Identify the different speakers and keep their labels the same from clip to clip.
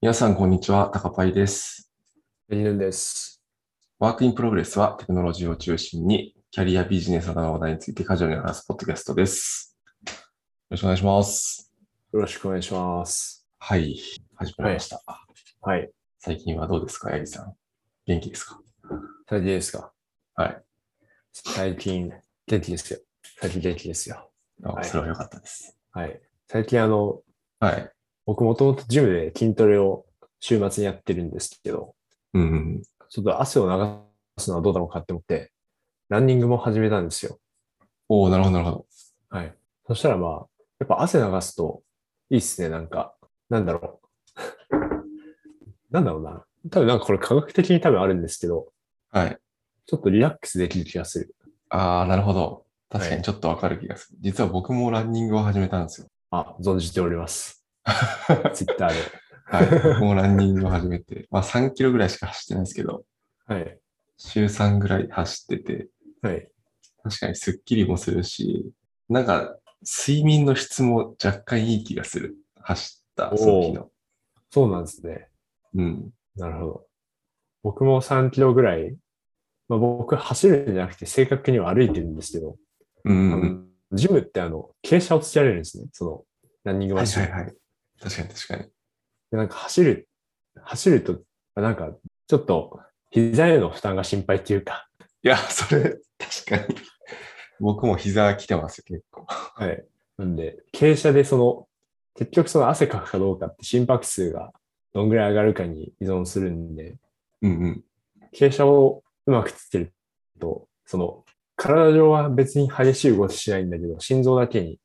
Speaker 1: 皆さん、こんにちは。高パイです。
Speaker 2: ベニヌンです。
Speaker 1: ワークインプログレスはテクノロジーを中心に、キャリア、ビジネスなどの話題についてカジュアルに話すポッドキャストです。よろしくお願いします。
Speaker 2: よろしくお願いします。
Speaker 1: はい。始まりました。
Speaker 2: はい。
Speaker 1: 最近はどうですか、ヤギさん。元気ですか
Speaker 2: 最近ですか
Speaker 1: はい。
Speaker 2: 最近、元気ですよ。最近元気ですよ。
Speaker 1: あ、
Speaker 2: はい
Speaker 1: それは良かったです。
Speaker 2: はい。最近、あの、
Speaker 1: はい。
Speaker 2: 僕もともとジムで筋トレを週末にやってるんですけど、
Speaker 1: うんうん。
Speaker 2: ちょっと汗を流すのはどうだろうかって思って、ランニングも始めたんですよ。
Speaker 1: おおなるほど、なるほど。
Speaker 2: はい。そしたらまあ、やっぱ汗流すといいっすね。なんか、なんだろう。 なんだろうな。多分なんかこれ科学的に多分あるんですけど、
Speaker 1: はい。
Speaker 2: ちょっとリラックスできる気がする。
Speaker 1: ああ、なるほど。確か
Speaker 2: は
Speaker 1: に
Speaker 2: い
Speaker 1: ちょっとわかる気がする。実は僕もランニングを始めたんですよ。
Speaker 2: あ、存じております。ツイッターで。
Speaker 1: はい。僕もランニングを始めて、まあ3キロぐらいしか走ってないんですけど、
Speaker 2: はい。
Speaker 1: 週3ぐらい走ってて、
Speaker 2: はい。
Speaker 1: 確かにスッキリもするし、なんか睡眠の質も若干いい気がする。走った、
Speaker 2: おー
Speaker 1: その日の。
Speaker 2: そうなんですね。
Speaker 1: うん。
Speaker 2: なるほど。僕も3キロぐらい、まあ、僕走るんじゃなくて正確には歩いてるんですけど、
Speaker 1: うん
Speaker 2: あ
Speaker 1: うんうん。
Speaker 2: のジムってあの、傾斜をつけられるんですね。その、ランニング
Speaker 1: は
Speaker 2: マ
Speaker 1: い
Speaker 2: シ
Speaker 1: は
Speaker 2: ン。
Speaker 1: いはい。確かに確かに。
Speaker 2: でなんか走る、走ると、なんか、ちょっと、膝への負担が心配っていうか、
Speaker 1: いや、それ、確かに。僕も膝来てますよ、結構。
Speaker 2: はい。なんで、傾斜でその、結局その汗かくかどうかって心拍数がどんぐらい上がるかに依存するんで、
Speaker 1: うんうん。
Speaker 2: 傾斜をうまくつけると、その、体上は別に激しい動きしないんだけど、心臓だけに、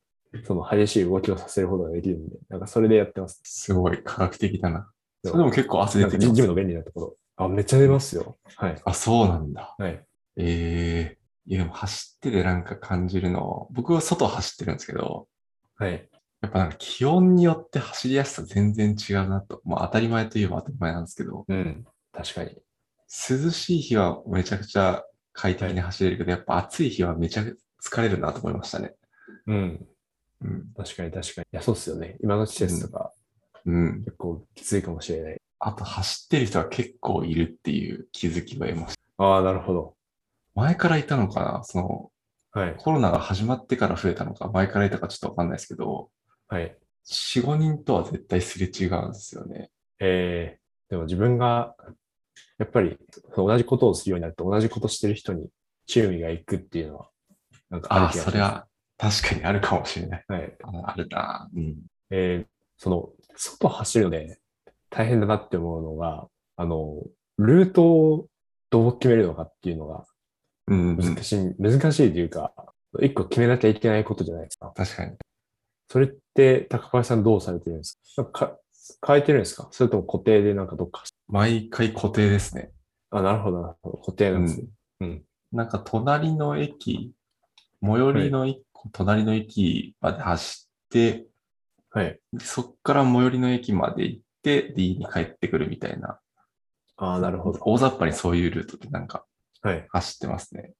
Speaker 2: その激しい動きをさせることができるんで、なんかそれでやってます。
Speaker 1: すごい科学的だな。それでも結構汗
Speaker 2: な
Speaker 1: 出
Speaker 2: んか
Speaker 1: て
Speaker 2: ジ
Speaker 1: き
Speaker 2: ジム
Speaker 1: ます。
Speaker 2: の便利なところ。あ、めっちゃ出ますよ。はい。
Speaker 1: あ、そうなんだ。
Speaker 2: はい。
Speaker 1: ええいや、でも走っててなんか感じるの、僕は外走ってるんですけど、
Speaker 2: はい。
Speaker 1: やっぱなんか気温によって走りやすさ全然違うなと。まあ当たり前といえば当たり前なんですけど、
Speaker 2: うん。確かに。
Speaker 1: 涼しい日はめちゃくちゃ快適に走れるけど、やっぱ暑い日はめちゃくちゃ疲れるなと思いましたね。
Speaker 2: うん。
Speaker 1: うん。
Speaker 2: 確かに確かに。いや、そうっすよね。今の季節とか、
Speaker 1: うん。
Speaker 2: 結構きついかもしれない。
Speaker 1: あと走ってる人は結構いるっていう気づきは得ました。
Speaker 2: ああ、なるほど。
Speaker 1: 前からいたのかなその
Speaker 2: はい。
Speaker 1: コロナが始まってから増えたのか、前からいたかちょっとわかんないですけど、
Speaker 2: はい。
Speaker 1: 4、5人とは絶対すれ違うんですよね。
Speaker 2: えー、でも自分が、やっぱりその同じことをするようになると、同じことしてる人に注意がいくっていうのは、なんかあ
Speaker 1: あ
Speaker 2: る
Speaker 1: あ、
Speaker 2: 気がし
Speaker 1: そ
Speaker 2: ます。
Speaker 1: れは確かにあるかもしれない。
Speaker 2: はい。
Speaker 1: ああるな。うん。
Speaker 2: えー、その、外走るので大変だなって思うのが、あの、ルートをどう決めるのかっていうのが
Speaker 1: うん、うん。
Speaker 2: 難しい、難しいというか、一個決めなきゃいけないことじゃないですか。
Speaker 1: 確かに。
Speaker 2: それって、高橋さんどうされてるんですかなんかか変えてるんですかそれとも固定でなんかどっか走
Speaker 1: 毎回固定ですね。
Speaker 2: あ、なるほど、なるほど。固定なんですね。
Speaker 1: なんか隣の駅、最寄りの一個、隣の駅まで走って、
Speaker 2: はい。
Speaker 1: そっから最寄りの駅まで行って、D に帰ってくるみたいな。
Speaker 2: ああ、なるほど。
Speaker 1: 大雑把にそういうルートでなんか
Speaker 2: はい。
Speaker 1: 走ってますね。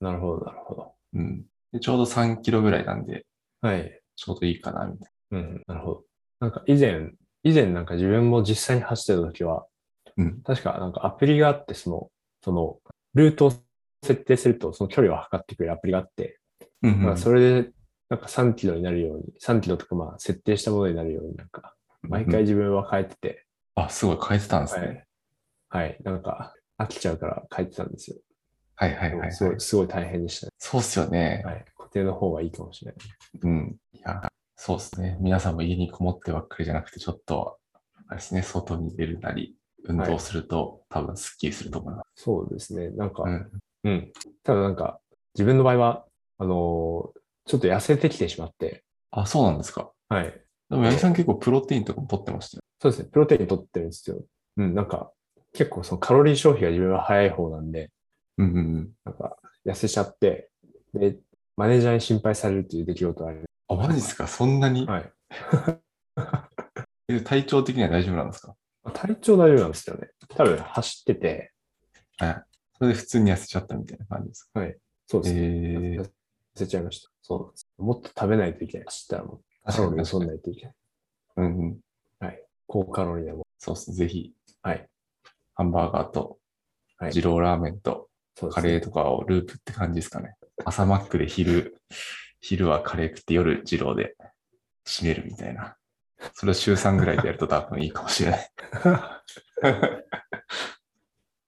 Speaker 2: なるほど、なるほど。
Speaker 1: うん。でちょうど3キロぐらいなんで、
Speaker 2: はい。
Speaker 1: ちょうどいいかな、みたい
Speaker 2: うん、なるほど。なんか以前、以前なんか自分も実際に走ってた時は、
Speaker 1: な。うん。
Speaker 2: 確かなんかアプリがあって、その、その、ルートを設定すると、その距離を測ってくれるアプリがあって、
Speaker 1: うん、うん。
Speaker 2: まあそれで、なんか3キロになるように、3キロとかまあ設定したものになるように、なんか、毎回
Speaker 1: うん。
Speaker 2: 自分は変えてて、
Speaker 1: あ、すごい、変えてたんです
Speaker 2: は
Speaker 1: ね。
Speaker 2: い。はい。なんか、飽きちゃうから変えてたんですよ。
Speaker 1: はい、はい、はい、はい。
Speaker 2: すごい、すごい大変でしたね。
Speaker 1: そうっすよね。
Speaker 2: はい。固定の方がいいかもしれない。
Speaker 1: うん。いや、そうですね。皆さんも家にこもってばっかりじゃなくて、ちょっと、あれですね、外に出るなり、運動すると、多分スッキリすると思います。
Speaker 2: そうですね。なんか、
Speaker 1: うん。
Speaker 2: うん。ただなんか、自分の場合は、あのーちょっと痩せてきてしまって、
Speaker 1: あ、そうなんですか。
Speaker 2: はい。
Speaker 1: でも、八木さん結構プロテインとかも取ってましたよ。
Speaker 2: そうですね、プロテイン取ってるんですよ。うん、なんか、結構そのカロリー消費が自分は早い方なんで、
Speaker 1: うんうんうん。
Speaker 2: なんか、痩せちゃって、で、マネージャーに心配されるという出来事がある。
Speaker 1: あ、マジですかそんなに、
Speaker 2: はい。
Speaker 1: え体調的には大丈夫なんですか
Speaker 2: 体調大丈夫なんですよね。多分走ってて、
Speaker 1: はい。それで普通に痩せちゃったみたいな感じです
Speaker 2: そう
Speaker 1: か
Speaker 2: です
Speaker 1: え
Speaker 2: ね。
Speaker 1: ー、
Speaker 2: 痩せちゃいました。そうなんです。もっと食べないといけない。走ったらもう、カ
Speaker 1: 確か
Speaker 2: ロ
Speaker 1: に
Speaker 2: リーを
Speaker 1: 確かに
Speaker 2: 取らないといけない。
Speaker 1: うんうん。
Speaker 2: 高カロリーだもん。
Speaker 1: そうですね。ぜひ、
Speaker 2: はい。
Speaker 1: ハンバーガーと、
Speaker 2: はい
Speaker 1: 二郎ラーメンと、
Speaker 2: そうです
Speaker 1: カ
Speaker 2: ね
Speaker 1: レーとかをループって感じですかね。朝マックで昼、昼はカレー食って夜二郎で締めるみたいな。それを週3ぐらいでやると多分いいかもしれない。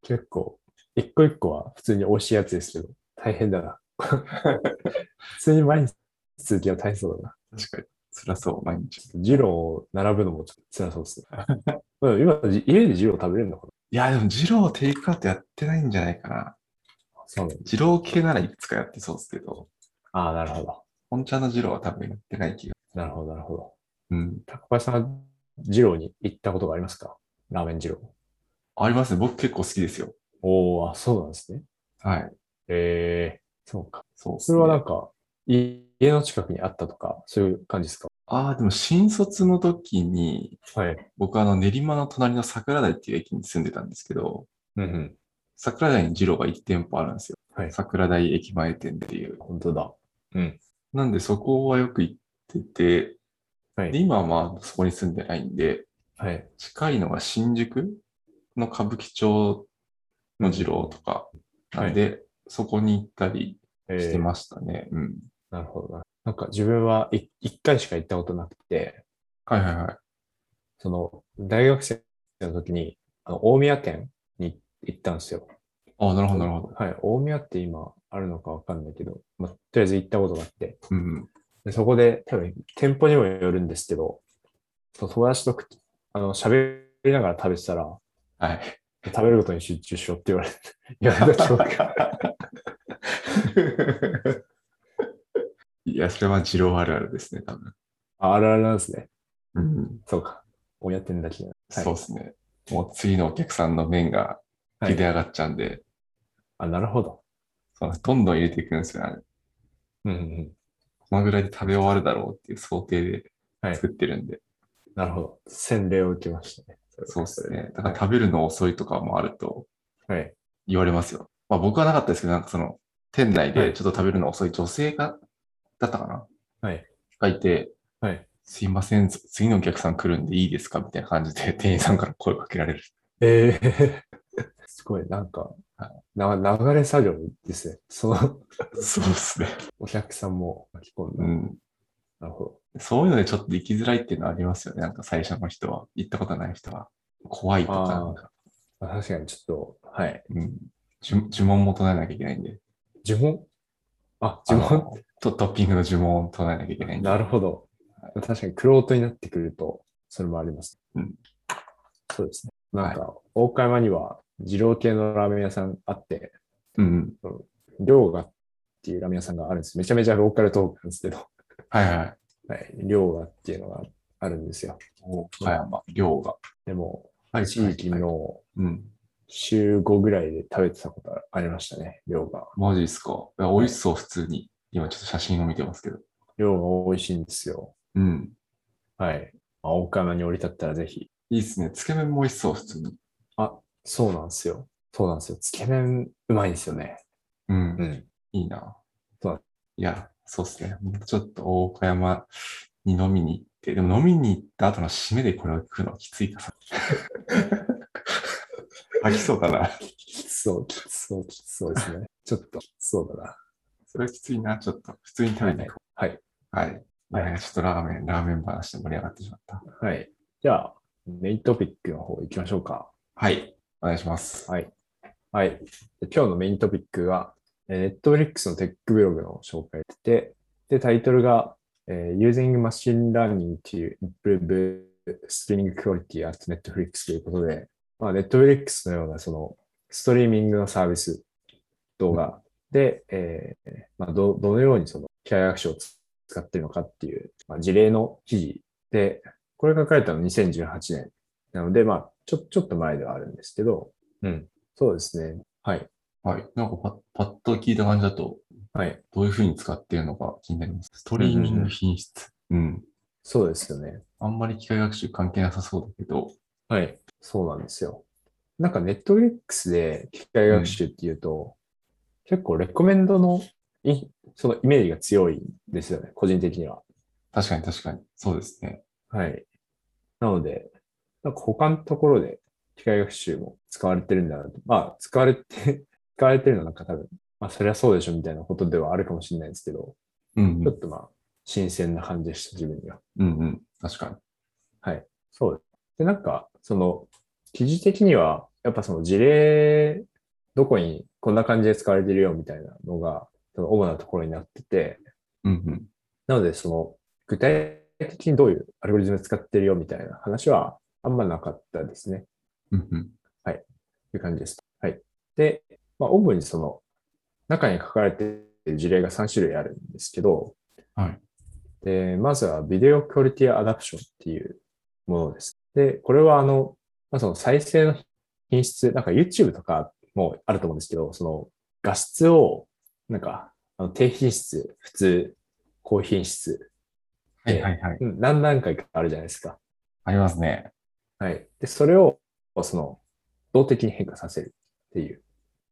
Speaker 2: 結構、一個一個は普通に美味しいやつですけど、大変だな。普通に毎日続きは大変そうだな。
Speaker 1: 確かに。辛そう、毎日。
Speaker 2: ジローを並ぶのもちょっと辛そうです ね。まあ今、じ家でジロー食べれるのか
Speaker 1: いや、でも二郎テイクアウトやってないんじゃないかな。
Speaker 2: なそうなんだ
Speaker 1: 二郎系ならいくつかやってそうですけど、
Speaker 2: ああ、なるほど。
Speaker 1: 本茶の二郎は多分やってない気が。
Speaker 2: なるほど、なるほど。
Speaker 1: うん。
Speaker 2: 高橋さんはジローに行ったことがありますかラーメンジロ
Speaker 1: ありますね。僕結構好きですよ。
Speaker 2: ー。おお、あ、そうなんですね。
Speaker 1: はい。
Speaker 2: ええそうか。
Speaker 1: そうっす
Speaker 2: そ
Speaker 1: ね
Speaker 2: れはなんか、い家の近くにあったとか、そういう感じですか
Speaker 1: ああ、でも新卒の時に、
Speaker 2: はい。
Speaker 1: 僕はあの練馬の隣の桜台っていう駅に住んでたんですけど、
Speaker 2: うんうん。
Speaker 1: 桜台に二郎が1店舗あるんですよ。
Speaker 2: はい
Speaker 1: 桜台駅前店っていう。
Speaker 2: 本当だ。うん。
Speaker 1: なんでそこはよく行ってて、
Speaker 2: はい
Speaker 1: で今はまあそこに住んでないんで、
Speaker 2: はい。
Speaker 1: 近いのが新宿の歌舞伎町の二郎とか、なんで、そこに行ったり
Speaker 2: え
Speaker 1: し
Speaker 2: え
Speaker 1: てましたね。うん。
Speaker 2: なるほどな。なんか自分はい一回しか行ったことなくて、
Speaker 1: はいはいはい。
Speaker 2: その大学生の時にあの大宮県に行ったんですよ。
Speaker 1: ああ、なるほどなるほど。
Speaker 2: はい。大宮って今あるのかわかんないけど、まあ、とりあえず行ったことがあって、
Speaker 1: うんうん。
Speaker 2: でそこで多分店舗にもよるんですけど、その友達とくあの喋りながら食べてたら、
Speaker 1: はい。
Speaker 2: 食べることに集中しろって言われて、 言われた記 憶が。
Speaker 1: いや、それは二郎あるあるですね、多分。
Speaker 2: ああるあるなんですね。
Speaker 1: うん。
Speaker 2: そうか。大宮店だけじゃない。
Speaker 1: そうですね。もう次のお客さんの麺が
Speaker 2: はい
Speaker 1: 茹で上がっちゃうんで、
Speaker 2: あ、なるほど。
Speaker 1: そのどんどん入れていくんですよね。あれ
Speaker 2: うんうんうん。
Speaker 1: このぐらいで食べ終わるだろうっていう想定で
Speaker 2: はい
Speaker 1: 作ってるんで、
Speaker 2: なるほど。洗礼を受けましたね。
Speaker 1: そうですね。だ
Speaker 2: は
Speaker 1: か
Speaker 2: い
Speaker 1: ら食べるの遅いとかもあると
Speaker 2: はい。
Speaker 1: 言われますよ。まあ僕はなかったですけど、なんかその、店内
Speaker 2: は
Speaker 1: で
Speaker 2: い
Speaker 1: ちょっと食べるの遅い女性が、だったかな
Speaker 2: はい。
Speaker 1: がいて、
Speaker 2: はい。
Speaker 1: すいません、次のお客さん来るんでいいですかみたいな感じで店員さんから声かけ られる。
Speaker 2: ええすごい、なんか、
Speaker 1: は
Speaker 2: な流れ作業ですね。その、
Speaker 1: そうですね。
Speaker 2: お客さんも巻き込んだ。
Speaker 1: うん。
Speaker 2: なるほど。
Speaker 1: そういうのでちょっと生きづらいっていうのはありますよね。なんか最初の人は、行ったことない人は、怖いとか
Speaker 2: あー
Speaker 1: なんか、
Speaker 2: まあ確かにちょっと、はい。
Speaker 1: うん、呪呪文も唱えなきゃいけないんで。
Speaker 2: 呪文あ、呪
Speaker 1: あのとトッピングの呪文を唱えなきゃいけない
Speaker 2: 文
Speaker 1: んで。
Speaker 2: なるほど。確かに、クロートになってくると、それもあります。
Speaker 1: うん。
Speaker 2: そうですね。なんか、大岡山には、二郎系のラーメン屋さんあって、
Speaker 1: うん。
Speaker 2: 量がっていうラーメン屋さんがあるんです。めちゃめちゃローカルトークなんですけど、
Speaker 1: はいはい。
Speaker 2: はい。量がっていうのがあるんですよ。
Speaker 1: 岡山、量が。
Speaker 2: でも、
Speaker 1: はい
Speaker 2: 地域の
Speaker 1: うん。
Speaker 2: 週5ぐらいで食べてたことありましたね、量が。
Speaker 1: マジですか。いや美味しそう、普通に。今ちょっと写真を見てますけど。
Speaker 2: 量が美味しいんですよ。
Speaker 1: うん。
Speaker 2: はい。まあ、大川に降り立ったらぜひ。
Speaker 1: いいっすね。つけ麺も美味しそう、普通に。
Speaker 2: そうなんですよ。そうなんですよ。つけ麺うまいんですよね。
Speaker 1: うん。
Speaker 2: うん。
Speaker 1: いいな。
Speaker 2: そうだ
Speaker 1: いや、そうっすね。ちょっと大岡山に飲みに行って、でも飲みに行った後の締めでこれを食うのはきついか さ。飽きそうかな。
Speaker 2: きつそう、きつそう、きつそうですね。ちょっと、きつそうだな。
Speaker 1: それはきついな、ちょっと。普通に食べていこう。
Speaker 2: はい。
Speaker 1: はい。いやちょっとラーメン、ラーメン話で盛り上がってしまった。
Speaker 2: はい。じゃあ、メイントピックの方行きましょうか。
Speaker 1: はい。お願いします。
Speaker 2: はい。はい。で今日のメイントピックが、えー Netflix のテックブログの紹介で、で、タイトルが、えー Using Machine Learning to Improve Streaming Quality at Netflix ということで、まあ、Netflix のようなそのストリーミングのサービス、動画で、えーまあ、どどのようにその機械学習を使っているのかっていう、まあ、事例の記事で、これ書かれたの2018年なので、まあ、ちょ、ちょっと前ではあるんですけど、うん。そうですね。はい。
Speaker 1: はい。なんかパッ、パッと聞いた感じだと、
Speaker 2: はい。
Speaker 1: どういうふうに使っているのか気になります。ストリーミング品質。うん。
Speaker 2: そうですよね。
Speaker 1: あんまり機械学習関係なさそうだけど、
Speaker 2: はい。そうなんですよ。なんかネットフリックスで機械学習っていうと、結構レコメンドのい、そのイメージが強いんですよね。個人的には。
Speaker 1: 確かに確かに。そうですね。
Speaker 2: はい。なので、なんか他のところで機械学習も使われてるんだなと。まあ、使われて、 使われてるのはなんか多分、まあ、そりゃそうでしょみたいなことではあるかもしれないですけど、
Speaker 1: うん
Speaker 2: ちょっとまあ、新鮮な感じでした、自分には。
Speaker 1: うん。うんうん。確かに。
Speaker 2: はい。そうです。で、なんか、その、記事的には、やっぱその事例、どこにこんな感じで使われてるよみたいなのが、その主なところになってて、
Speaker 1: うん
Speaker 2: なので、その、具体的にどういうアルゴリズム使ってるよみたいな話は、あんまなかったですね。
Speaker 1: うん。うんうん。
Speaker 2: という感じです。はい。で、まあ、主にその、中に書かれている事例が3種類あるんですけど、
Speaker 1: はい。
Speaker 2: で、まずはビデオクオリティアダプションっていうものです。で、これはあの、まあ、その再生の品質、なんか YouTube とかもあると思うんですけど、その画質を、なんか、あの低品質、普通、高品質、
Speaker 1: はいはいはい。
Speaker 2: うん何段階かあるじゃないですか。
Speaker 1: ありますね。
Speaker 2: はい。で、それを、その、動的に変化させるっていう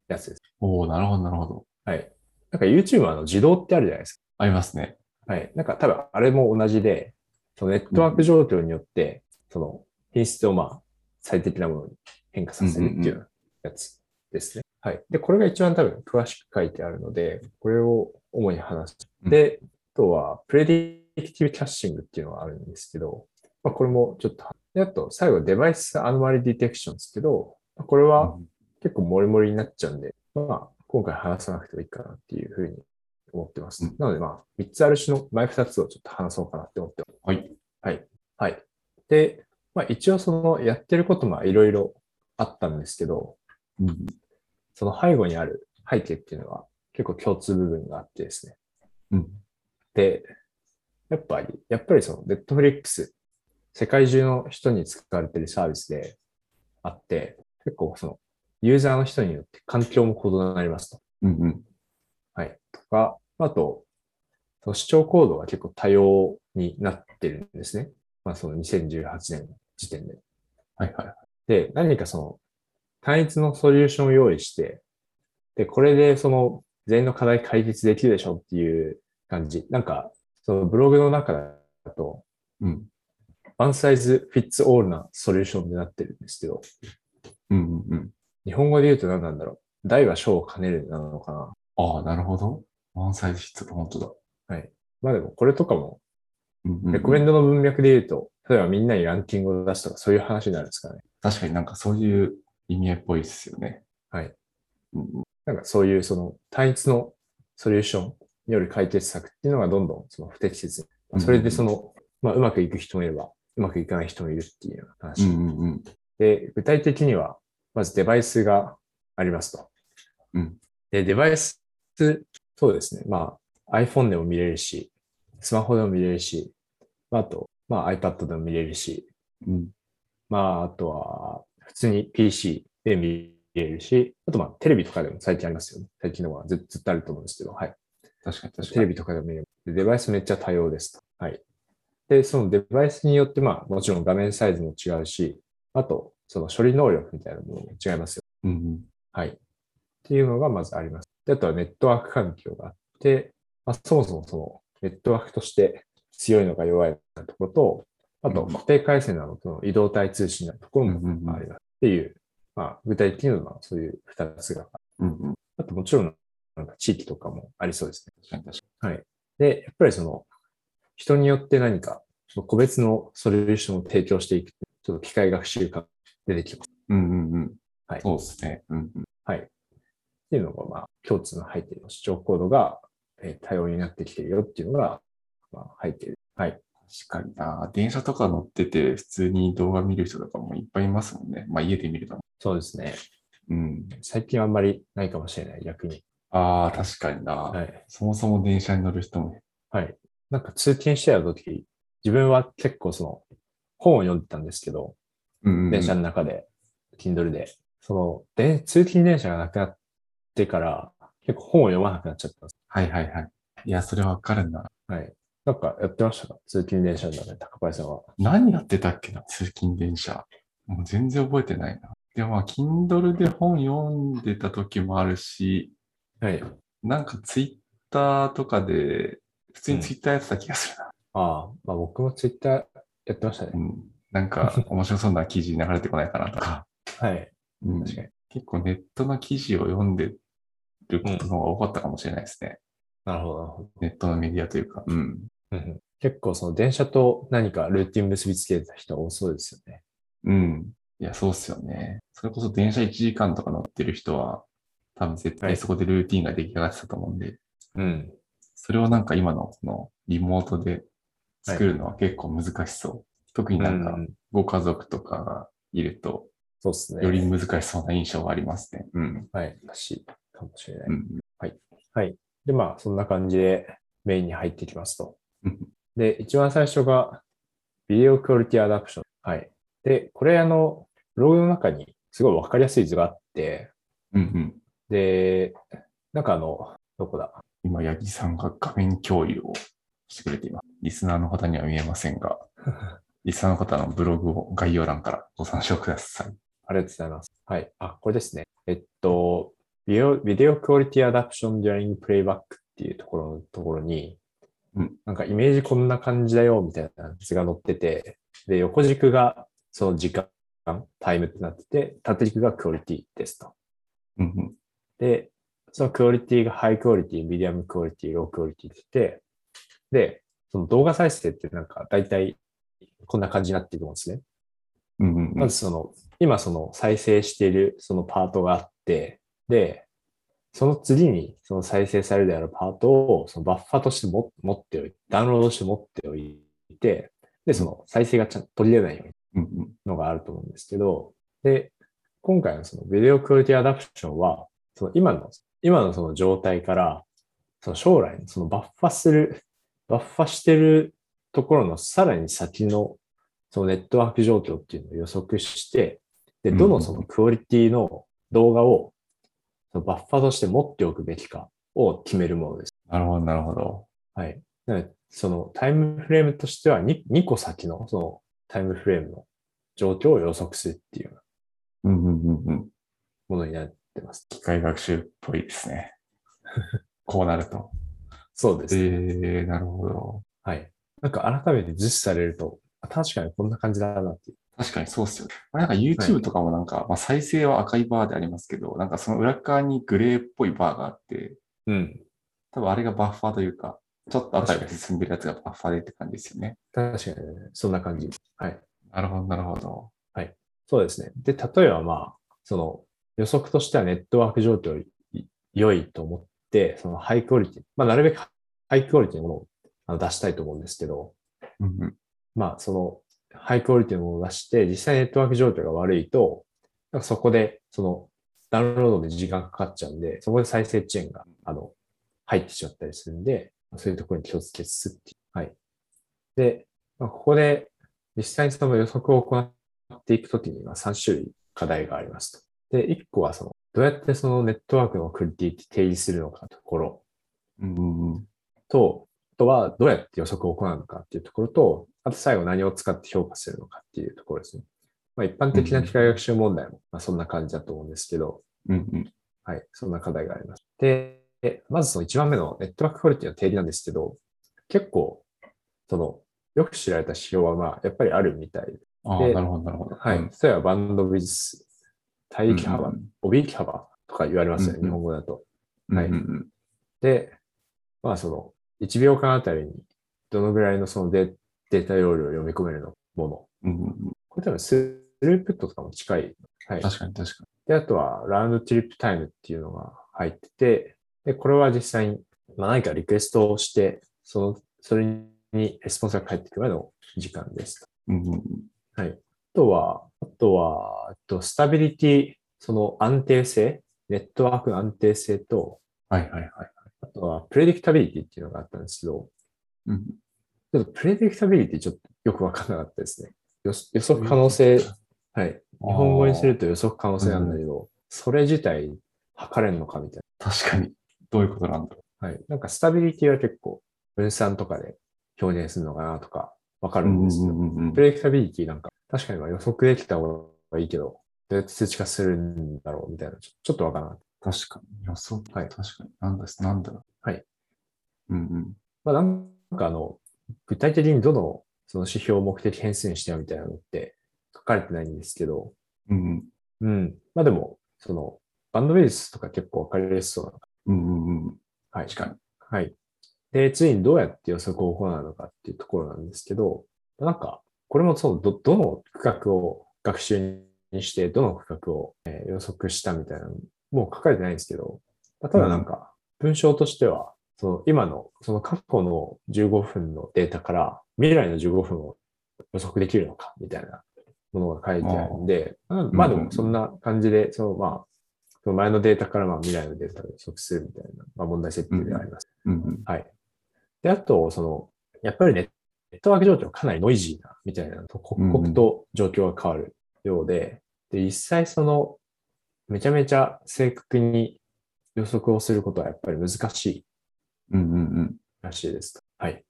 Speaker 2: やつです。
Speaker 1: おおなるほどなるほど。
Speaker 2: はい。なんか YouTube はあの自動ってあるじゃないです
Speaker 1: ありますね。
Speaker 2: か。はい。なんか多分あれも同じで、そのネットワーク状況によって、その品質をまあ最適なものに変化させるっていうやつですね。はい。で、これが一番多分詳しく書いてあるので、これを主に話す。
Speaker 1: うん
Speaker 2: で、あとはプレディクティブキャッシングっていうのがあるんですけど、まあ、これもちょっと。で、あと最後デバイスアノマリディテクションですけど、まあこれは、
Speaker 1: うん
Speaker 2: 結構モリモリになっちゃうんで、まあ、今回話さなくてもいいかなっていうふうに思ってます。
Speaker 1: うん
Speaker 2: なので、まあ、3つある種の前2つをちょっと話そうかなって思ってます。
Speaker 1: はい。
Speaker 2: はい。はい。で、まあ、一応その、やってることもいろいろあったんですけど、
Speaker 1: うん
Speaker 2: その背後にある背景っていうのは結構共通部分があってですね。
Speaker 1: うん。
Speaker 2: で、やっぱり、やっぱりその、Netflix、世界中の人に使われてるサービスであって、結構その、ユーザーの人によって環境も異なりますと。
Speaker 1: うんうん。
Speaker 2: はい。とか、あと、その視聴行動が結構多様になってるんですね。まあその2018年の時点で。
Speaker 1: はいはい。
Speaker 2: で、何かその単一のソリューションを用意して、で、これでその全員の課題解決できるでしょっていう感じ。なんか、そのブログの中だと、
Speaker 1: うん。
Speaker 2: ワンサイズフィッツオールなソリューションになってるんですけど、
Speaker 1: うんうんうん。
Speaker 2: 日本語で言うと何なんだろう。大は小を兼ねるなのかな。
Speaker 1: ああ、なるほど。ワンサイズフィット本当だ。
Speaker 2: まあでもこれとかも
Speaker 1: うんうんうん
Speaker 2: レコメンドの文脈で言うと、例えばみんなにランキングを出すとかそういう話になるんですかね。
Speaker 1: 確かになんかそういう意味合いっぽいですよね。
Speaker 2: はい。
Speaker 1: うんうん、
Speaker 2: なんかそういうその単一のソリューションによる解決策っていうのがどんどんその不適切
Speaker 1: うん
Speaker 2: に。それでその、まあうまくいく人もいれば、うまくいかない人もいるっていうような
Speaker 1: う
Speaker 2: 話。
Speaker 1: んうんうん。
Speaker 2: で、具体的には、まずデバイスがありますと。
Speaker 1: うん
Speaker 2: で、デバイス、そうですね。まあ iPhone でも見れるし、スマホでも見れるし、まああと、まあ iPad でも見れるし、
Speaker 1: うん
Speaker 2: まあ、あとは、普通に PC で見れるし、あとまあ、テレビとかでも最近ありますよね。最近のはずずっとあると思うんですけど、はい。
Speaker 1: 確かに確
Speaker 2: テ
Speaker 1: か
Speaker 2: レ
Speaker 1: に。
Speaker 2: ビとかでも見れる。でデバイスめっちゃ多様ですと。はい。で、そのデバイスによって、まあ、もちろん画面サイズも違うし、あと、その処理能力みたいなものも違いますよ。
Speaker 1: うんうん、
Speaker 2: はい。っていうのがまずあります。で、あとはネットワーク環境があって、まあ、そもそもそのネットワークとして強いのか弱いのかのところと、あと
Speaker 1: うん
Speaker 2: 固定回線などの移動帯通信などのところも
Speaker 1: うんうんうん
Speaker 2: まああります。っていう、まあ、具体的にはそういう2つが。
Speaker 1: うんうん。
Speaker 2: あともちろん、なんか地域とかもありそうですね。
Speaker 1: 確かに確か
Speaker 2: で、やっぱりその、人によって何か、その個別のソリューションを提供していく、ちょっと機械学習が出てきます。っ
Speaker 1: に。うんうんうん。
Speaker 2: はい
Speaker 1: そうですね。うんうん。
Speaker 2: ていうのが、まあ、共通の背景の主張コードが、えー多様になってきてるよっていうのが、まあ、背景です。はい。
Speaker 1: 確かにな。電車とか乗ってて、普通に動画見る人とかもいっぱいいますもんね。まあ家で見ると。
Speaker 2: そうですね。
Speaker 1: うん。
Speaker 2: 最近はあんまりないかもしれない、逆に。
Speaker 1: ああ、確かにな、
Speaker 2: はい。
Speaker 1: そもそも電車に乗る人も。
Speaker 2: はい。なんか通勤してた時、自分は結構その、本を読んでたんですけど、
Speaker 1: うんうんうん
Speaker 2: 電車の中で、Kindle で。その、で通勤電車がなくなってから、結構本を読まなくなっちゃったんです。
Speaker 1: はいはいはい。いや、それわかるな。
Speaker 2: はい。なんかやってましたか通勤電車の中で、高林さんは。
Speaker 1: 何やってたっけな、通勤電車。もう全然覚えてないな。でもまあ、Kindle で本読んでた時もあるし、
Speaker 2: はい。
Speaker 1: なんか Twitter とかで、普通に Twitter やってた気がするな。
Speaker 2: ああ、まあ僕もツイッターやってましたね。
Speaker 1: うん。なんか面白そうな記事流れてこないかなとか、
Speaker 2: はい。
Speaker 1: うん
Speaker 2: 確かに。
Speaker 1: 結構ネットの記事を読んでることの方が多かったかもしれないですね。
Speaker 2: なるほど、なるほど。
Speaker 1: ネットのメディアというか。うん。
Speaker 2: うんうん結構その電車と何かルーティン結びつけた人多そうですよね。
Speaker 1: うん。いや、そうっすよね。それこそ電車1時間とか乗ってる人は、多分絶対そこでルーティンが出来上がってたと思うんで、
Speaker 2: うん。
Speaker 1: それをなんか今のこのリモートで作るのは結構難しそう。特になんか
Speaker 2: う、
Speaker 1: ご家族とかがいると、
Speaker 2: そうですね。
Speaker 1: より難しそうな印象がありますね。うん。
Speaker 2: はい、らしいかもしれない。
Speaker 1: うん。
Speaker 2: で、まあ、そんな感じでメインに入っていきますと
Speaker 1: うん。
Speaker 2: で、一番最初が、ビデオクオリティアダプション。はい。で、これ、あの、ブログの中にすごいわかりやすい図があって、
Speaker 1: うんうん。
Speaker 2: で、なんかあの、どこだ
Speaker 1: 今、八木さんが画面共有をしてくれています。リスナーの方には見えませんが、リスナーの方のブログを概要欄からご参照ください。
Speaker 2: ありがとうございます。はい。あ、これですね。えっと、ビデオビデオクオリティアダプションデュアリングプレイバックっていうところのところに、
Speaker 1: うん
Speaker 2: なんかイメージこんな感じだよみたいな図が載ってて、で、横軸がその時間、タイムってなってて、縦軸がクオリティですと。
Speaker 1: うんうん。
Speaker 2: で、そのクオリティがハイクオリティ、ミディアムクオリティ、ロークオリティって言って、で、その動画再生ってなんか大体こんな感じになっていくもんですね。
Speaker 1: うんうんうん
Speaker 2: まずその、今その再生しているそのパートがあって、で、その次にその再生されるであるパートをそのバッファとしても持っておいて、ダウンロードして持っておいて、で、その再生がちゃんと途切れないように
Speaker 1: うんうん
Speaker 2: のがあると思うんですけど、で、今回のそのビデオクオリティアダプションは、その今の、今のその状態から、その将来のそのバッファする、バッファしてるところのさらに先のそのネットワーク状況っていうのを予測して、で、どのそのクオリティの動画をそのバッファとして持っておくべきかを決めるものです。
Speaker 1: なるほど、なるほど。
Speaker 2: はい。なのでそのタイムフレームとしては 2, 2個先のそのタイムフレームの状況を予測するっていう
Speaker 1: うんうんうんうん。
Speaker 2: ものになってます。
Speaker 1: 機械学習っぽいです ね。こうなると。
Speaker 2: そうで
Speaker 1: え
Speaker 2: す。
Speaker 1: ー、なるほど。
Speaker 2: はい。なんか改めて実施されると、あ確かにこんな感じだなっていう。
Speaker 1: 確かにそうっすよね。まあ、なんか YouTube とかもなんか、まあ、再生は赤いバーでありますけど、なんかその裏側にグレーっぽいバーがあって、
Speaker 2: うん。
Speaker 1: 多分あれがバッファーというか、ちょっと赤が進んでるやつがバッファーでって感じですよね。
Speaker 2: 確かにね、そんな感じ。はい。
Speaker 1: なるほど、なるほど。
Speaker 2: そうですね。で、例えばまあ、その予測としてはネットワーク状況より良いと思って、そのハイクオリティ、まあなるべくハイクオリティのものをあの出したいと思うんですけど、
Speaker 1: うんうん
Speaker 2: まあ、その、ハイクオリティのものを出して、実際ネットワーク状況が悪いと、なんかそこで、その、ダウンロードで時間かかっちゃうんで、そこで再生遅延が、あの、入ってしまったりするんで、そういうところに気をつけつつっていう。はい。で、まあ、ここで、実際にその予測を行っていくときには3種類課題がありますと。で、1個はその、どうやってそのネットワークのクオリティって定義するのかところ。
Speaker 1: うんうんうん。
Speaker 2: と、あとはどうやって予測を行うのかっていうところと、あと最後何を使って評価するのかっていうところですね。まあ、一般的な機械学習問題も、まあ、そんな感じだと思うんですけど、
Speaker 1: うんうん。
Speaker 2: はい、そんな課題があります。で、まずその1番目のネットワーククオリティの定義なんですけど、結構、その、よく知られた指標は、まあ、やっぱりあるみたいで、
Speaker 1: ああ、
Speaker 2: で
Speaker 1: なるほど、なるほど。
Speaker 2: は
Speaker 1: う
Speaker 2: い
Speaker 1: ん。
Speaker 2: 例えば、バンドウィズス、帯域幅、
Speaker 1: うん
Speaker 2: 帯域幅とか言われますよね、
Speaker 1: うんうん
Speaker 2: 日本語だと。
Speaker 1: うん
Speaker 2: はい
Speaker 1: うんうん
Speaker 2: で、まあその、1秒間あたりにどのぐらいのそのデデータ容量を読み込めるのもの。
Speaker 1: うんうんうん
Speaker 2: これ多分スループットとかも近い。はい。
Speaker 1: 確かに確か
Speaker 2: で、あとはラウンドトリップタイムっていうのが入ってて、で、これは実際に、まあ、何かリクエストをして、その、それにレスポンスが返ってくるまでの時間です。
Speaker 1: に。うんうんうん
Speaker 2: あとは、あとは、えっとスタビリティ、その安定性、ネットワークの安定性と、
Speaker 1: はいはいはい。
Speaker 2: あとはプレディクタビリティっていうのがあったんですけど、
Speaker 1: うん
Speaker 2: ちょっとプレディクタビリティちょっとよくわかんなかったですね。予測予測可能性、はい。日本語にすると予測可能性なんだけど、それ自体測れるのかみたい
Speaker 1: 確かに。どういうことなんだろ
Speaker 2: な。はい。なんかスタビリティは結構分散とかで表現するのかなとかわか
Speaker 1: う。
Speaker 2: るんですけ
Speaker 1: う
Speaker 2: ど、
Speaker 1: んうんうん
Speaker 2: プレディクタビリティなんか確かにまあ予測できた方がいいけど、どうやって数値化するんだろうみたいな、ちょちょっとわからなかった。
Speaker 1: 確かに。予測。
Speaker 2: はい
Speaker 1: 確かに。なんだす、なんだろう。
Speaker 2: はい。
Speaker 1: うんうん。
Speaker 2: まあ、なんかあの、具体的にどのその指標を目的変数にしてよみたいなのって書かれてないんですけど、
Speaker 1: うん。
Speaker 2: うん。まあでも、その、バンドベースとか結構分かりやすそうなのが
Speaker 1: うんうんうん。
Speaker 2: はい。
Speaker 1: 確かに。
Speaker 2: はい。で、次にどうやって予測を行うのかっていうところなんですけど、なんか、これもそう、ど、どの区画を学習にして、どの区画を、えー予測したみたいなの、もう書かれてないんですけど、まあただなんか、文章としては、その今の、その過去の15分のデータから未来の15分を予測できるのか、みたいなものが書いてあるんで、うんまあでもそんな感じで、そのまあ、その前のデータからまあ未来のデータを予測するみたいな、まあ、問題設定ではあります。
Speaker 1: うんうん。
Speaker 2: はい。で、あと、その、やっぱりネネットワーク状況かなりノイジーな、みたいなのと、刻々と状況が変わるようで、で、実際その、めちゃめちゃ正確に予測をすることはやっぱり難しい
Speaker 1: うんうんうん。
Speaker 2: らしいですと。はい。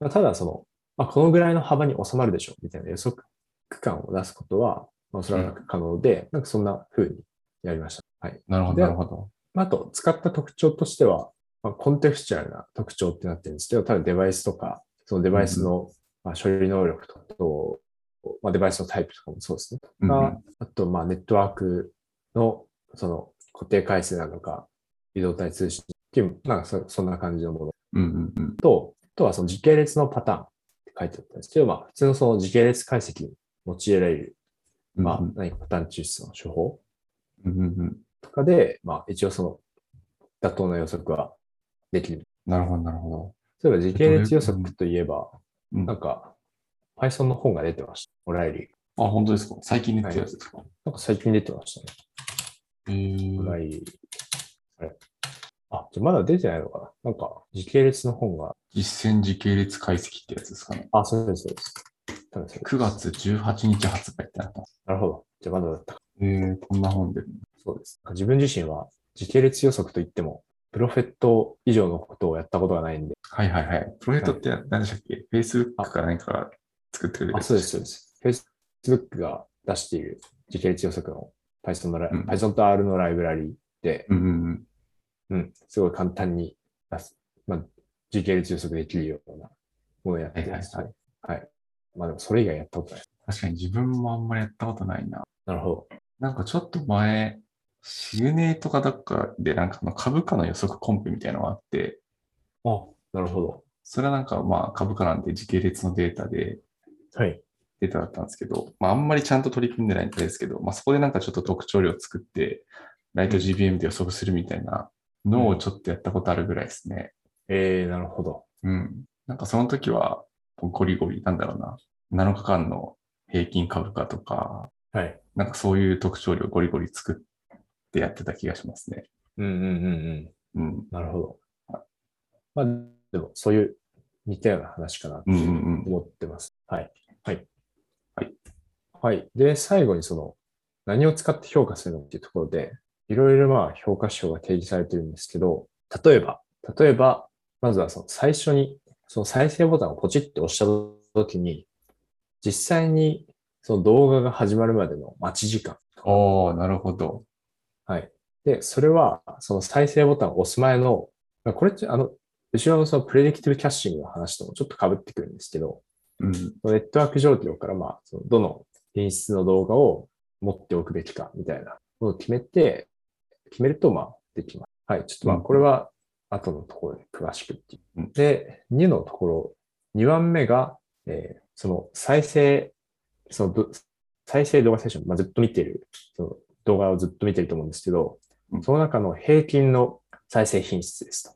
Speaker 2: まあ、ただ、その、まあ、このぐらいの幅に収まるでしょう、みたいな予測区間を出すことは、まあおそらく可能で、なんかそんな風にやりました。はい。
Speaker 1: なるほ
Speaker 2: で
Speaker 1: ど、なるほど。
Speaker 2: まあ、あと、使った特徴としては、まあ、コンテクスチャルな特徴ってなってるんですけど、ただデバイスとか、そのデバイスの、まあ、処理能力とかと、まあ、デバイスのタイプとかもそうですね。
Speaker 1: うんう
Speaker 2: ま
Speaker 1: ん
Speaker 2: ああと、まあ、ネットワークの、その、固定回数なのか、移動体通信っていう、なんかそそんな感じのもの
Speaker 1: うんうん
Speaker 2: と、あとはその時系列のパターンって書いてあったんですけど、まあ、普通のその時系列解析に用いられる、
Speaker 1: うん。
Speaker 2: まあ
Speaker 1: う、ん
Speaker 2: 何かパターン抽出の手法
Speaker 1: うんうん。
Speaker 2: とかで、まあ、一応その、妥当な予測はできる
Speaker 1: なるほど、なるほど。
Speaker 2: そういえば時系列予測といえば、
Speaker 1: うん
Speaker 2: なんか、Python の本が出てました。オライリー。
Speaker 1: あ、本当ですか最近出てるやつですか、
Speaker 2: なんか最近出てましたね。
Speaker 1: へー
Speaker 2: オライリー。あれあ、じゃあまだ出てないのかななんか、時系列の本が。
Speaker 1: 実践時系列解析ってやつですかね。
Speaker 2: あ、そうです、そうです。多分そうです
Speaker 1: 9。月18日発売ってなったんです。
Speaker 2: なるほど。じゃあまだだったか。
Speaker 1: えー、こんな本で。
Speaker 2: そうです。なんか自分自身は時系列予測といっても、プロフェット以上のことをやったことがないんで。
Speaker 1: はいはいはい。プロジェクトって何でしたっけ ?Facebook か何かが作ってくれてる
Speaker 2: あ、そうです、そうです。Facebook が出している時系列予測の Python のライ、
Speaker 1: うん
Speaker 2: Python と R のライブラリで、
Speaker 1: うんうんうん。
Speaker 2: うん、すごい簡単に出す。まあ、時系列予測できるようなものをやってます、
Speaker 1: は
Speaker 2: ね。はい。まあでも、それ以外やったことない。
Speaker 1: 確かに自分もあんまりやったことないな。
Speaker 2: なるほど。
Speaker 1: なんかちょっと前、シグネとかだっかでなんかあの株価の予測コンペみたいなのがあって、
Speaker 2: なるほど。
Speaker 1: それはなんかまあ株価なんて時系列のデータで
Speaker 2: はい。
Speaker 1: データだったんですけど、まああんまりちゃんと取り組んでないんですけど、まあそこでなんかちょっと特徴量作って、ライト GBM で予測するみたいなのをちょっとやったことあるぐらいですね。
Speaker 2: えー、なるほど。
Speaker 1: うん。なんかその時は、ゴリゴリ、なんだろうな、7日間の平均株価とか、
Speaker 2: はい。
Speaker 1: なんかそういう特徴量ゴリゴリ作ってやってた気がしますね。
Speaker 2: うんうんうんうん。
Speaker 1: うん。
Speaker 2: なるほど。まあ、でも、そういう似たような話かなと
Speaker 1: うんうんうん。
Speaker 2: 思ってます。はい。はい。
Speaker 1: はい。
Speaker 2: はい。で、最後にその、何を使って評価するのっていうところで、いろいろまあ評価指標が提示されてるんですけど、例えば、例えば、まずはその最初に、その再生ボタンをポチって押した時に、実際にその動画が始まるまでの待ち時間。
Speaker 1: おー、なるほど。
Speaker 2: はい。で、それは、その再生ボタンを押す前の、これってあの、後ろのそのプレディクティブキャッシングの話ともちょっと被ってくるんですけど、
Speaker 1: うん。
Speaker 2: ネットワーク状況から、まあ、そのどの品質の動画を持っておくべきか、みたいなのを決めて、決めると、まあ、できます。はい。ちょっとまあ、
Speaker 1: うん。
Speaker 2: これは、後のところで詳しくっていううんで、2のところ、2番目が、えーその再生、そのど再生動画セッション、まあ、ずっと見てる、その動画をずっと見てると思うんですけど
Speaker 1: う、ん
Speaker 2: その中の平均の再生品質ですと。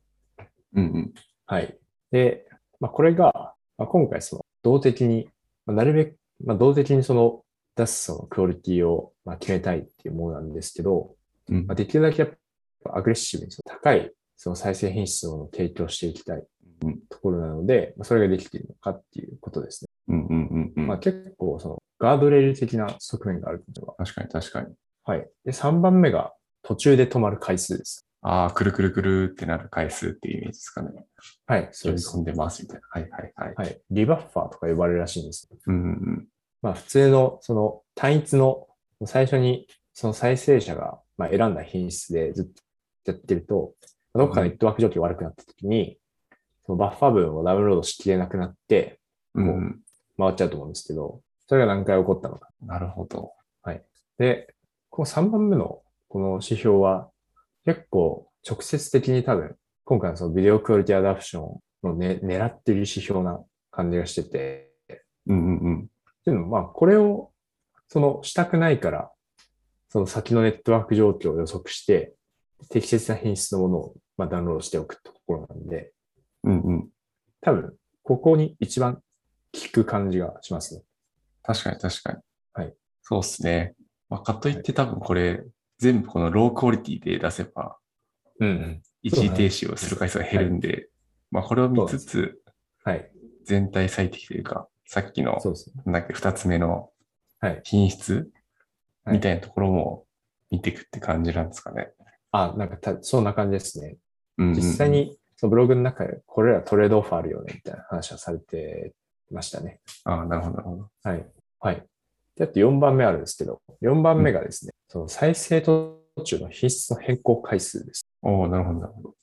Speaker 1: うんうん。
Speaker 2: はい。で、まあ、これが、まあ、今回その、動的に、まあ、なるべく、まあ、動的にその、出すそのクオリティをまあ決めたいっていうものなんですけど、
Speaker 1: うん
Speaker 2: まあ、できるだけやっぱアグレッシブにその高いその再生品質を提供していきたい
Speaker 1: うん
Speaker 2: ところなので、まあ、それができているのかっていうことですね。
Speaker 1: うんうんうん。
Speaker 2: ま
Speaker 1: ま
Speaker 2: あ、結構そのガードレール的な側面があるというのが。
Speaker 1: 確かに確かに。
Speaker 2: はい。で、3番目が途中で止まる回数です。
Speaker 1: あー、くるくるくるってなる回数っていうイメージですかね。
Speaker 2: はい。そ
Speaker 1: 読
Speaker 2: うで
Speaker 1: み
Speaker 2: す。
Speaker 1: 込んでますみたいな。はいはいはい。
Speaker 2: はい。リバッファーとか呼ばれるらしいんです
Speaker 1: うんうん
Speaker 2: まあ普通のその単一の最初にその再生者がまあ選んだ品質でずっとやってると、どっかのネットワーク状況が悪くなった時に、そのバッファー分をダウンロードしきれなくなって、
Speaker 1: うん。うんうん。
Speaker 2: 回っちゃうと思うんですけど、それが何回起こったのか。
Speaker 1: なるほど。
Speaker 2: で、この3番目のこの指標は、結構直接的に多分、今回のそのビデオクオリティアダプションの、ね、狙っている指標な感じがしてて、
Speaker 1: うんうんうん。
Speaker 2: っていうのも、まあ、これを、その、したくないから、その先のネットワーク状況を予測して、適切な品質のものを、まあ、ダウンロードしておくってところなんで、
Speaker 1: うんうん。
Speaker 2: 多分、ここに一番効く感じがしますね。
Speaker 1: 確かに確かに。
Speaker 2: はい。
Speaker 1: そうですね。まあ、かといって多分これ、全部このロークオリティで出せば、
Speaker 2: うん、うん。
Speaker 1: 一時停止をする回数が減るんで、まあこれを見つつ、
Speaker 2: はい。
Speaker 1: 全体最適というか、さっきの、
Speaker 2: そうですね。
Speaker 1: なんだっけ、二つ目の
Speaker 2: はい
Speaker 1: 品質、
Speaker 2: はい
Speaker 1: みたいなところも見ていくって感じなんですかね。
Speaker 2: あ、なんかた、そんな感じですね。
Speaker 1: うんうん
Speaker 2: 実際。に、そのブログの中で、これらトレードオフあるよね、みたいな話はされてましたね。
Speaker 1: ああ、なるほど、なるほど。
Speaker 2: はい。はい。で、あと4番目あるんですけど、4番目がですね、その再生途中の品質の変更回数です。
Speaker 1: おおなるほど、なるほど。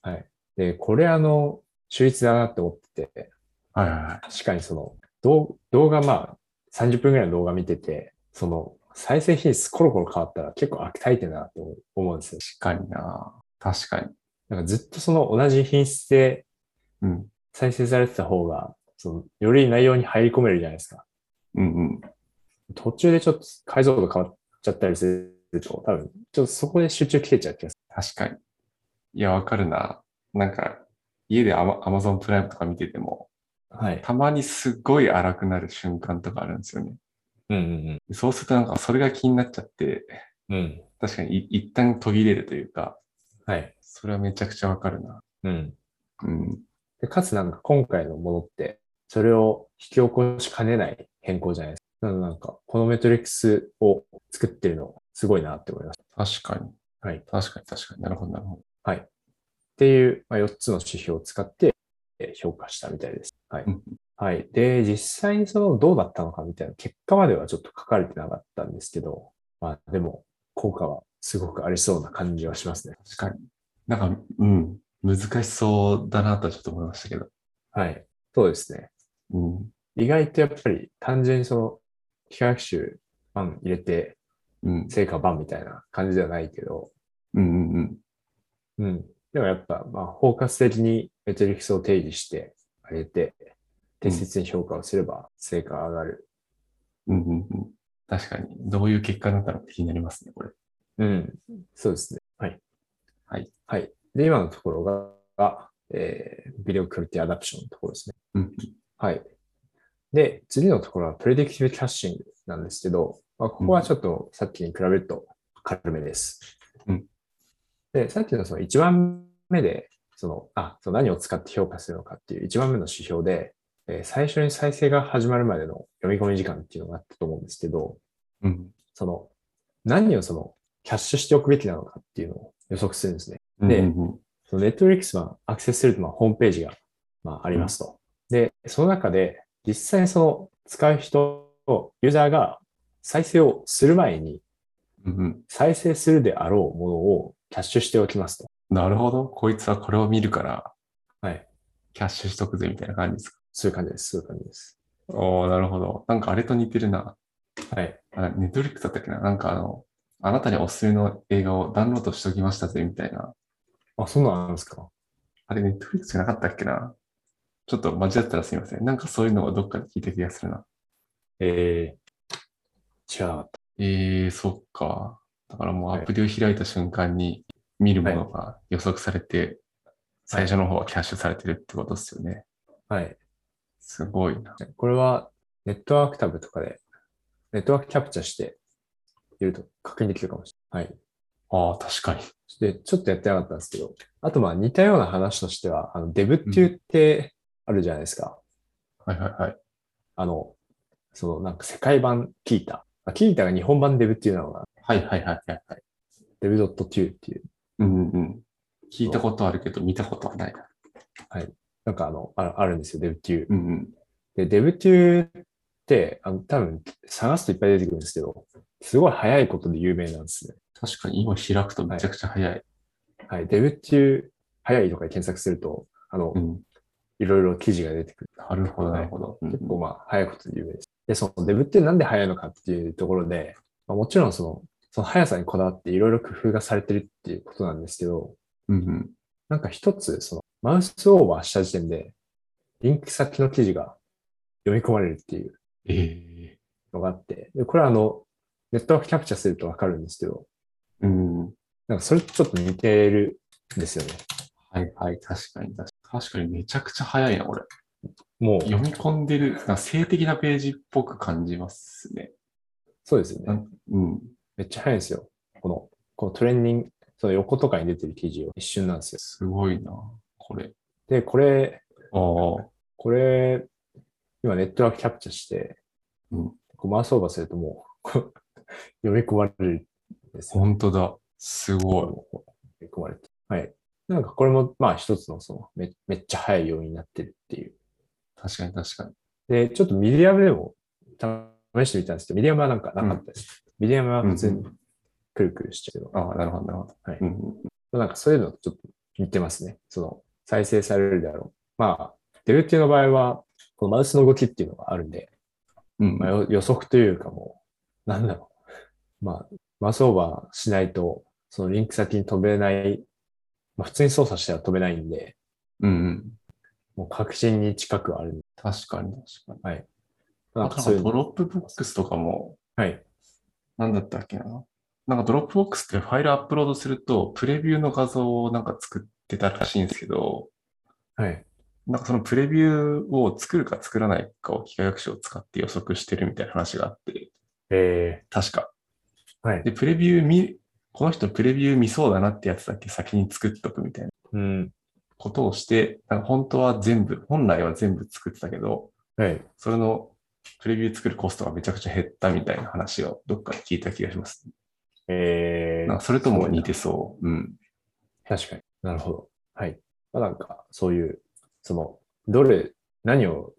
Speaker 2: で、これあの、秀逸だなって思ってて、
Speaker 1: はいはいはい。
Speaker 2: 確かにその、動動画まあ、30分ぐらいの動画見てて、その、再生品質コロコロ変わったら結構飽きたいてなって思う思うんですよ。
Speaker 1: 確かにな。確かに。
Speaker 2: なんかずっとその同じ品質で
Speaker 1: うん。
Speaker 2: 再生されてた方が、その、より内容に入り込めるじゃないですか。
Speaker 1: うんうん。
Speaker 2: 途中でちょっと解像度変わっちゃったりすると、多分、ちょっとそこで集中切れちゃう気が
Speaker 1: 確
Speaker 2: す
Speaker 1: かに。いや、わかるな。なんか、家でアマアマゾンプライムとか見てても、
Speaker 2: る。はい。
Speaker 1: たまにすごい荒くなる瞬間とかあるんですよね。
Speaker 2: うんうん
Speaker 1: そうするとなんかそれが気になっちゃって、
Speaker 2: うん。うん。
Speaker 1: 確かにい一旦途切れるというか、
Speaker 2: はい。
Speaker 1: それはめちゃくちゃわかるな。
Speaker 2: うん。
Speaker 1: うん。
Speaker 2: で、かつなんか今回のものって、それを引き起こしかねない変更じゃないですか。なのでなんか、このメトリックスを作ってるの、すごいなって思いました。っ
Speaker 1: 確かに。
Speaker 2: はい。
Speaker 1: 確かに確かに。なるほど、なるほど。
Speaker 2: ていう、まあ、4つの指標を使ってえー評価したみたいです。はい
Speaker 1: うん。
Speaker 2: はい。で、実際にそのどうだったのかみたいな結果まではちょっと書かれてなかったんですけど、まあでも、効果はすごくありそうな感じはしますね。
Speaker 1: 確かに。なんか、うん。難しそうだなとはちょっと思いましたけど。
Speaker 2: はい。そうですね。
Speaker 1: うん。
Speaker 2: 意外とやっぱり単純にその機械学習版入れて
Speaker 1: うん。
Speaker 2: 成果版みたいな感じではないけど、
Speaker 1: うんうんうん。
Speaker 2: うん。でもやっぱ、まあ、包括的にメトリックスを定義してあげて、適切に評価をすれば成果が上がる。
Speaker 1: うんうんうん。確かに。どういう結果になったのか気になりますね、これ。
Speaker 2: うん。そうですね。はい。
Speaker 1: はい。
Speaker 2: はい。で、今のところがが、えー、ビデオクオリティアダプションのところですね。
Speaker 1: うんうん。
Speaker 2: はい。で、次のところはプレディクティブキャッシングなんですけど、まあ、ここはちょっとさっきに比べると軽めです。
Speaker 1: うん
Speaker 2: で、さっきのその1番目で、その、あ、その何を使って評価するのかっていう1番目の指標で、えー最初に再生が始まるまでの読み込み時間っていうのがあったと思うんですけど、
Speaker 1: うん。
Speaker 2: その、何をその、キャッシュしておくべきなのかっていうのを予測するんですね。
Speaker 1: で、
Speaker 2: で
Speaker 1: うんうん
Speaker 2: その Netflix はアクセスすると、まあ、ホームページが、まあ、ありますと。で、その中で、実際にその使う人、ユーザーが再生をする前に、
Speaker 1: うんうん、
Speaker 2: 再生するであろうものをキャッシュしておきますと。
Speaker 1: なるほど。こいつはこれを見るから、
Speaker 2: はい。
Speaker 1: キャッシュしとくぜみたいな感じですか。
Speaker 2: そういう感じです。そういう感じです。
Speaker 1: おおなるほど。なんかあれと似てるな。
Speaker 2: はい。
Speaker 1: あネットフリックスだったっけななんかあの、あなたにおすすめの映画をダウンロードしときましたぜみたいな。
Speaker 2: あ、そうなんですか。
Speaker 1: あれ、ネットフリックスじゃなかったっけなちょっと間違ったらすみません。なんかそういうのはどっかで聞いた気がするな。
Speaker 2: えー、違うなかった。
Speaker 1: えー、そっか。だからもう
Speaker 2: はい
Speaker 1: アプリを開いた瞬間に見るものが予測されて、最初の方はキャッシュされてるってことですよね。
Speaker 2: はい。
Speaker 1: すごいな。
Speaker 2: これは、ネットワークタブとかで、ネットワークキャプチャーして、いると確認できるかもしれない。はい。
Speaker 1: ああ、確かに。
Speaker 2: で、ちょっとやってなかったんですけど、あとまあ似たような話としては、あのデブって言ってあるじゃないですか。
Speaker 1: はいはいはい。
Speaker 2: あの、そのなんか世界版キータ。あキータが日本版デブっていうのが、
Speaker 1: はいはいはいはい、はい。
Speaker 2: デブ .2 っていう、
Speaker 1: うんうんうん。聞いたことあるけど、見たことはないな。
Speaker 2: なんかあの、ああるんですよ、デブっていう。
Speaker 1: うんうん。
Speaker 2: で、デブっていうって、あの、多分探すといっぱい出てくるんですけど、すごい早いことで有名なんですね。
Speaker 1: 確かに今開くとめちゃくちゃ早い。
Speaker 2: はい、デブっていう、早いとかで検索すると、あの
Speaker 1: う、ん。
Speaker 2: いろいろ記事が出てくる。
Speaker 1: なるほど、なるほど。うん
Speaker 2: 結構まあ、早いことで有名です。で、そのデブってなんで早いのかっていうところで、まあ、もちろんその、その速さにこだわっていろいろ工夫がされてるっていうことなんですけど、
Speaker 1: うんうん。
Speaker 2: なんか一つ、その、マウスオーバーした時点で、リンク先の記事が読み込まれるっていう
Speaker 1: ええ
Speaker 2: のがあって、で、これはあの、ネットワークキャプチャーするとわかるんですけど、
Speaker 1: うん。
Speaker 2: なんかそれとちょっと似てるんですよね。
Speaker 1: はいはい、確かに確かに。確かにめちゃくちゃ早いな、これ。
Speaker 2: もう、
Speaker 1: 読み込んでる、なんか性的なページっぽく感じますね。
Speaker 2: そうですよね。
Speaker 1: うん。
Speaker 2: めっちゃ早いんですよ。この、このトレーニング、その横とかに出てる記事を一瞬なんですよ。
Speaker 1: すごいな、これ。
Speaker 2: で、これ、
Speaker 1: ああ。
Speaker 2: これ、今ネットワークキャプチャーして、
Speaker 1: うん
Speaker 2: こうマウスオーバーするともう、こう読み込まれるんですよ。
Speaker 1: 本当だ。すごい。
Speaker 2: こう読み込まれて。はい。なんかこれも、まあ一つのそのめ、めっちゃ早い要因になってるっていう。
Speaker 1: 確かに確かに。
Speaker 2: で、ちょっとミディアムでも試してみたんですけど、ミディアムはなんかなかったです。ミディアムは普通にくるくるしちゃうけど、
Speaker 1: ああ、なるほど、なるほど。
Speaker 2: はい
Speaker 1: うんうん
Speaker 2: なんかそういうのとちょっと似てますね。その再生されるであろう。まあ、デブっていうの場合は、このマウスの動きっていうのがあるんで、
Speaker 1: うん
Speaker 2: まあ、よ予測というかもう、なんだろう。まあ、マウスオーバーしないと、そのリンク先に飛べない、まあ、普通に操作したら飛べないんで、
Speaker 1: うんうん。
Speaker 2: もう確信に近くはある。
Speaker 1: 確かに確かに。
Speaker 2: な
Speaker 1: なんん
Speaker 2: か
Speaker 1: か
Speaker 2: そういう
Speaker 1: ド
Speaker 2: の。
Speaker 1: ロップボックスとかも、
Speaker 2: はい。
Speaker 1: なんだったっけな。なんかドロップボックスってファイルアップロードすると、プレビューの画像をなんか作ってたらしいんですけど、
Speaker 2: はい。
Speaker 1: なんかそのプレビューを作るか作らないかを機械学習を使って予測してるみたいな話があって、
Speaker 2: え
Speaker 1: 確か。
Speaker 2: ー、はい。
Speaker 1: で、プレビュー見、この人プレビュー見そうだなってやつだけ先に作っとくみたいな
Speaker 2: うん。
Speaker 1: ことをして、なんか本当は全部、本来は全部作ってたけど、
Speaker 2: はい。
Speaker 1: それのプレビュー作るコストがめちゃくちゃ減ったみたいな話をどっかで聞いた気がします。
Speaker 2: え
Speaker 1: なん
Speaker 2: ー
Speaker 1: か、それとも似てそう。うん。
Speaker 2: 確かになるほど。はい。まあ、なんか、そういう、その、どれ、何を、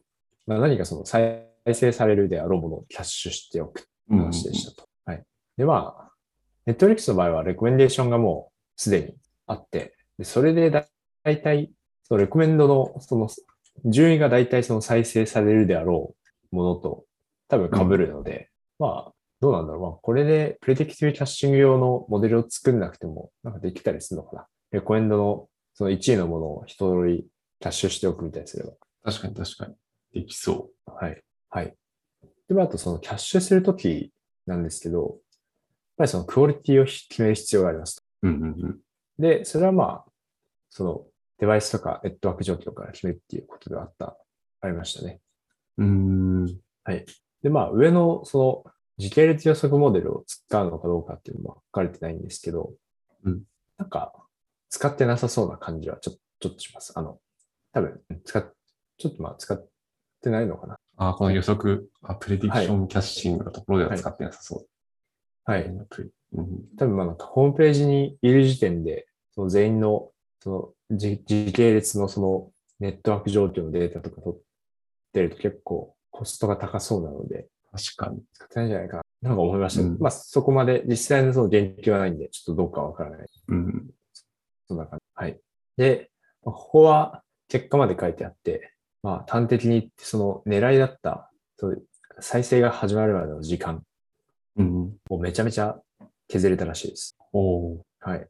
Speaker 2: まあ、何かその再生されるであろうものをキャッシュしておくって
Speaker 1: うん
Speaker 2: 話でしたと。はい。で、まあ、ネットフリックスの場合は、レコメンデーションがもうすでにあって、でそれでだいたい、そのレコメンドの、その、順位がだいたいその再生されるであろうものと、多分被るので、まあ、どうなんだろう。まあ、これで、プレディクティブキャッシング用のモデルを作んなくても、なんかできたりするのかな。レコエンドの、その1位のものを一通りキャッシュしておくみたいにすれば。
Speaker 1: 確かに確かに。できそ
Speaker 2: はい。はい。で、まあ、あとそのキャッシュするときなんですけど、やっぱりそのクオリティを決める必要があります。
Speaker 1: う。うんうんうん。
Speaker 2: で、それはまあ、そのデバイスとかネットワーク状況から決めるっていうことではあった、ありましたね。
Speaker 1: うーん。
Speaker 2: で、まあ、上のその時系列予測モデルを使うのかどうかっていうのも書かれてないんですけど、
Speaker 1: うん
Speaker 2: なんか、使ってなさそうな感じはちょちょっとします。あの、多分、使っ、ちょっとまあ、使ってないのかな。
Speaker 1: あー、この予測、あプレディクションキャッシングのところでは使ってなさそう。
Speaker 2: はい。
Speaker 1: うん
Speaker 2: 多分まあなんかホームページにいる時点で、その全員のその時時系列のそのネットワーク状況のデータとか取ってると結構コストが高そうなので、
Speaker 1: 確かに。
Speaker 2: 使ってないんじゃないかな、なんか思いました。
Speaker 1: うん
Speaker 2: まあそこまで実際のその言及はないんで、ちょっとどうかわからない。
Speaker 1: うん。
Speaker 2: そんな感じ。はい。で、まあここは結果まで書いてあって、まあ端的に言ってその狙いだった、その再生が始まるまでの時間
Speaker 1: うん。
Speaker 2: をめちゃめちゃ削れたらしいです。
Speaker 1: おお
Speaker 2: はい。っ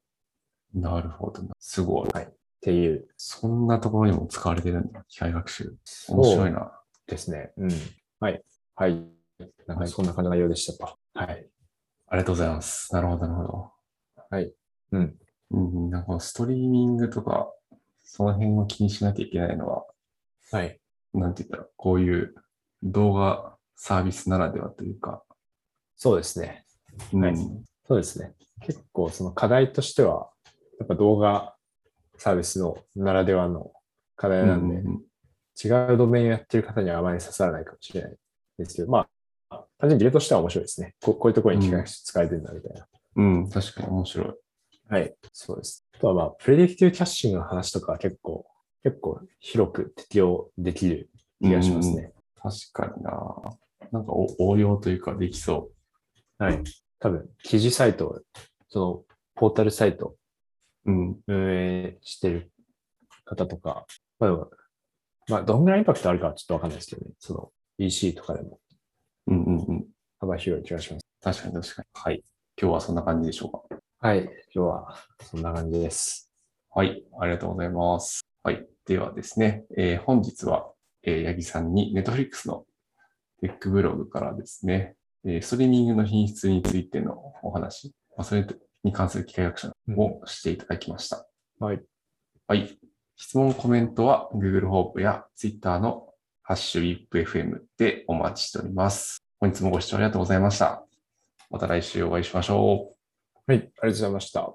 Speaker 1: ーなるほどな。すごい。
Speaker 2: ていう
Speaker 1: そんなところにも使われてるんだ。機械学習。面白いな。
Speaker 2: ですね。うん。はい。はい。なんかそんな感じの内容でしたと。はい。
Speaker 1: ありがとうございます。なるほど、なるほど。
Speaker 2: はい。うん。
Speaker 1: うん、なんかストリーミングとか、その辺を気にしなきゃいけないのは、
Speaker 2: はい。
Speaker 1: なんて言ったら、こういう動画サービスならではというか、
Speaker 2: そうですね。
Speaker 1: うん
Speaker 2: はいそうですね。結構その課題としては、やっぱ動画サービスのならではの課題なんで、
Speaker 1: うん
Speaker 2: 違うドメインをやってる方にはあまり刺さらないかもしれないですけど、まあ、単純に例としては面白いですね。ここういうところに機械学習使えてるんだみたいな。
Speaker 1: うん、うん確かに面白い。
Speaker 2: はい。そうです。あとはまあ、プレディクティブキャッシングの話とかは結構、結構広く適用できる気がしますね。
Speaker 1: うん。確かにな。なんかお応用というかできそ
Speaker 2: はい。多分、記事サイト、その、ポータルサイト
Speaker 1: う。うん。
Speaker 2: 運営してる方とか、まあでも、まあ、どんぐらいインパクトあるかはちょっとわかんないですけどね。その EC とかでも
Speaker 1: うんうんうん。
Speaker 2: 幅広い気がします。
Speaker 1: 確かに確かに。はい。今日はそんな感じでしょうか。
Speaker 2: はい。今日はそんな感じです。
Speaker 1: はい、ありがとうございます。はい、ではですね、えー本日は、えー八木さんに Netflix のテックブログからですね、えーストリーミングの品質についてのお話、まあ、それに関する機械学習をしていただきました。
Speaker 2: はい。
Speaker 1: はい。質問、コメントは Google ホープや Twitter のハッシュ WIPFM でお待ちしております。本日もご視聴ありがとうございました。また来週お会いしましょう。
Speaker 2: はい。ありがとうございました。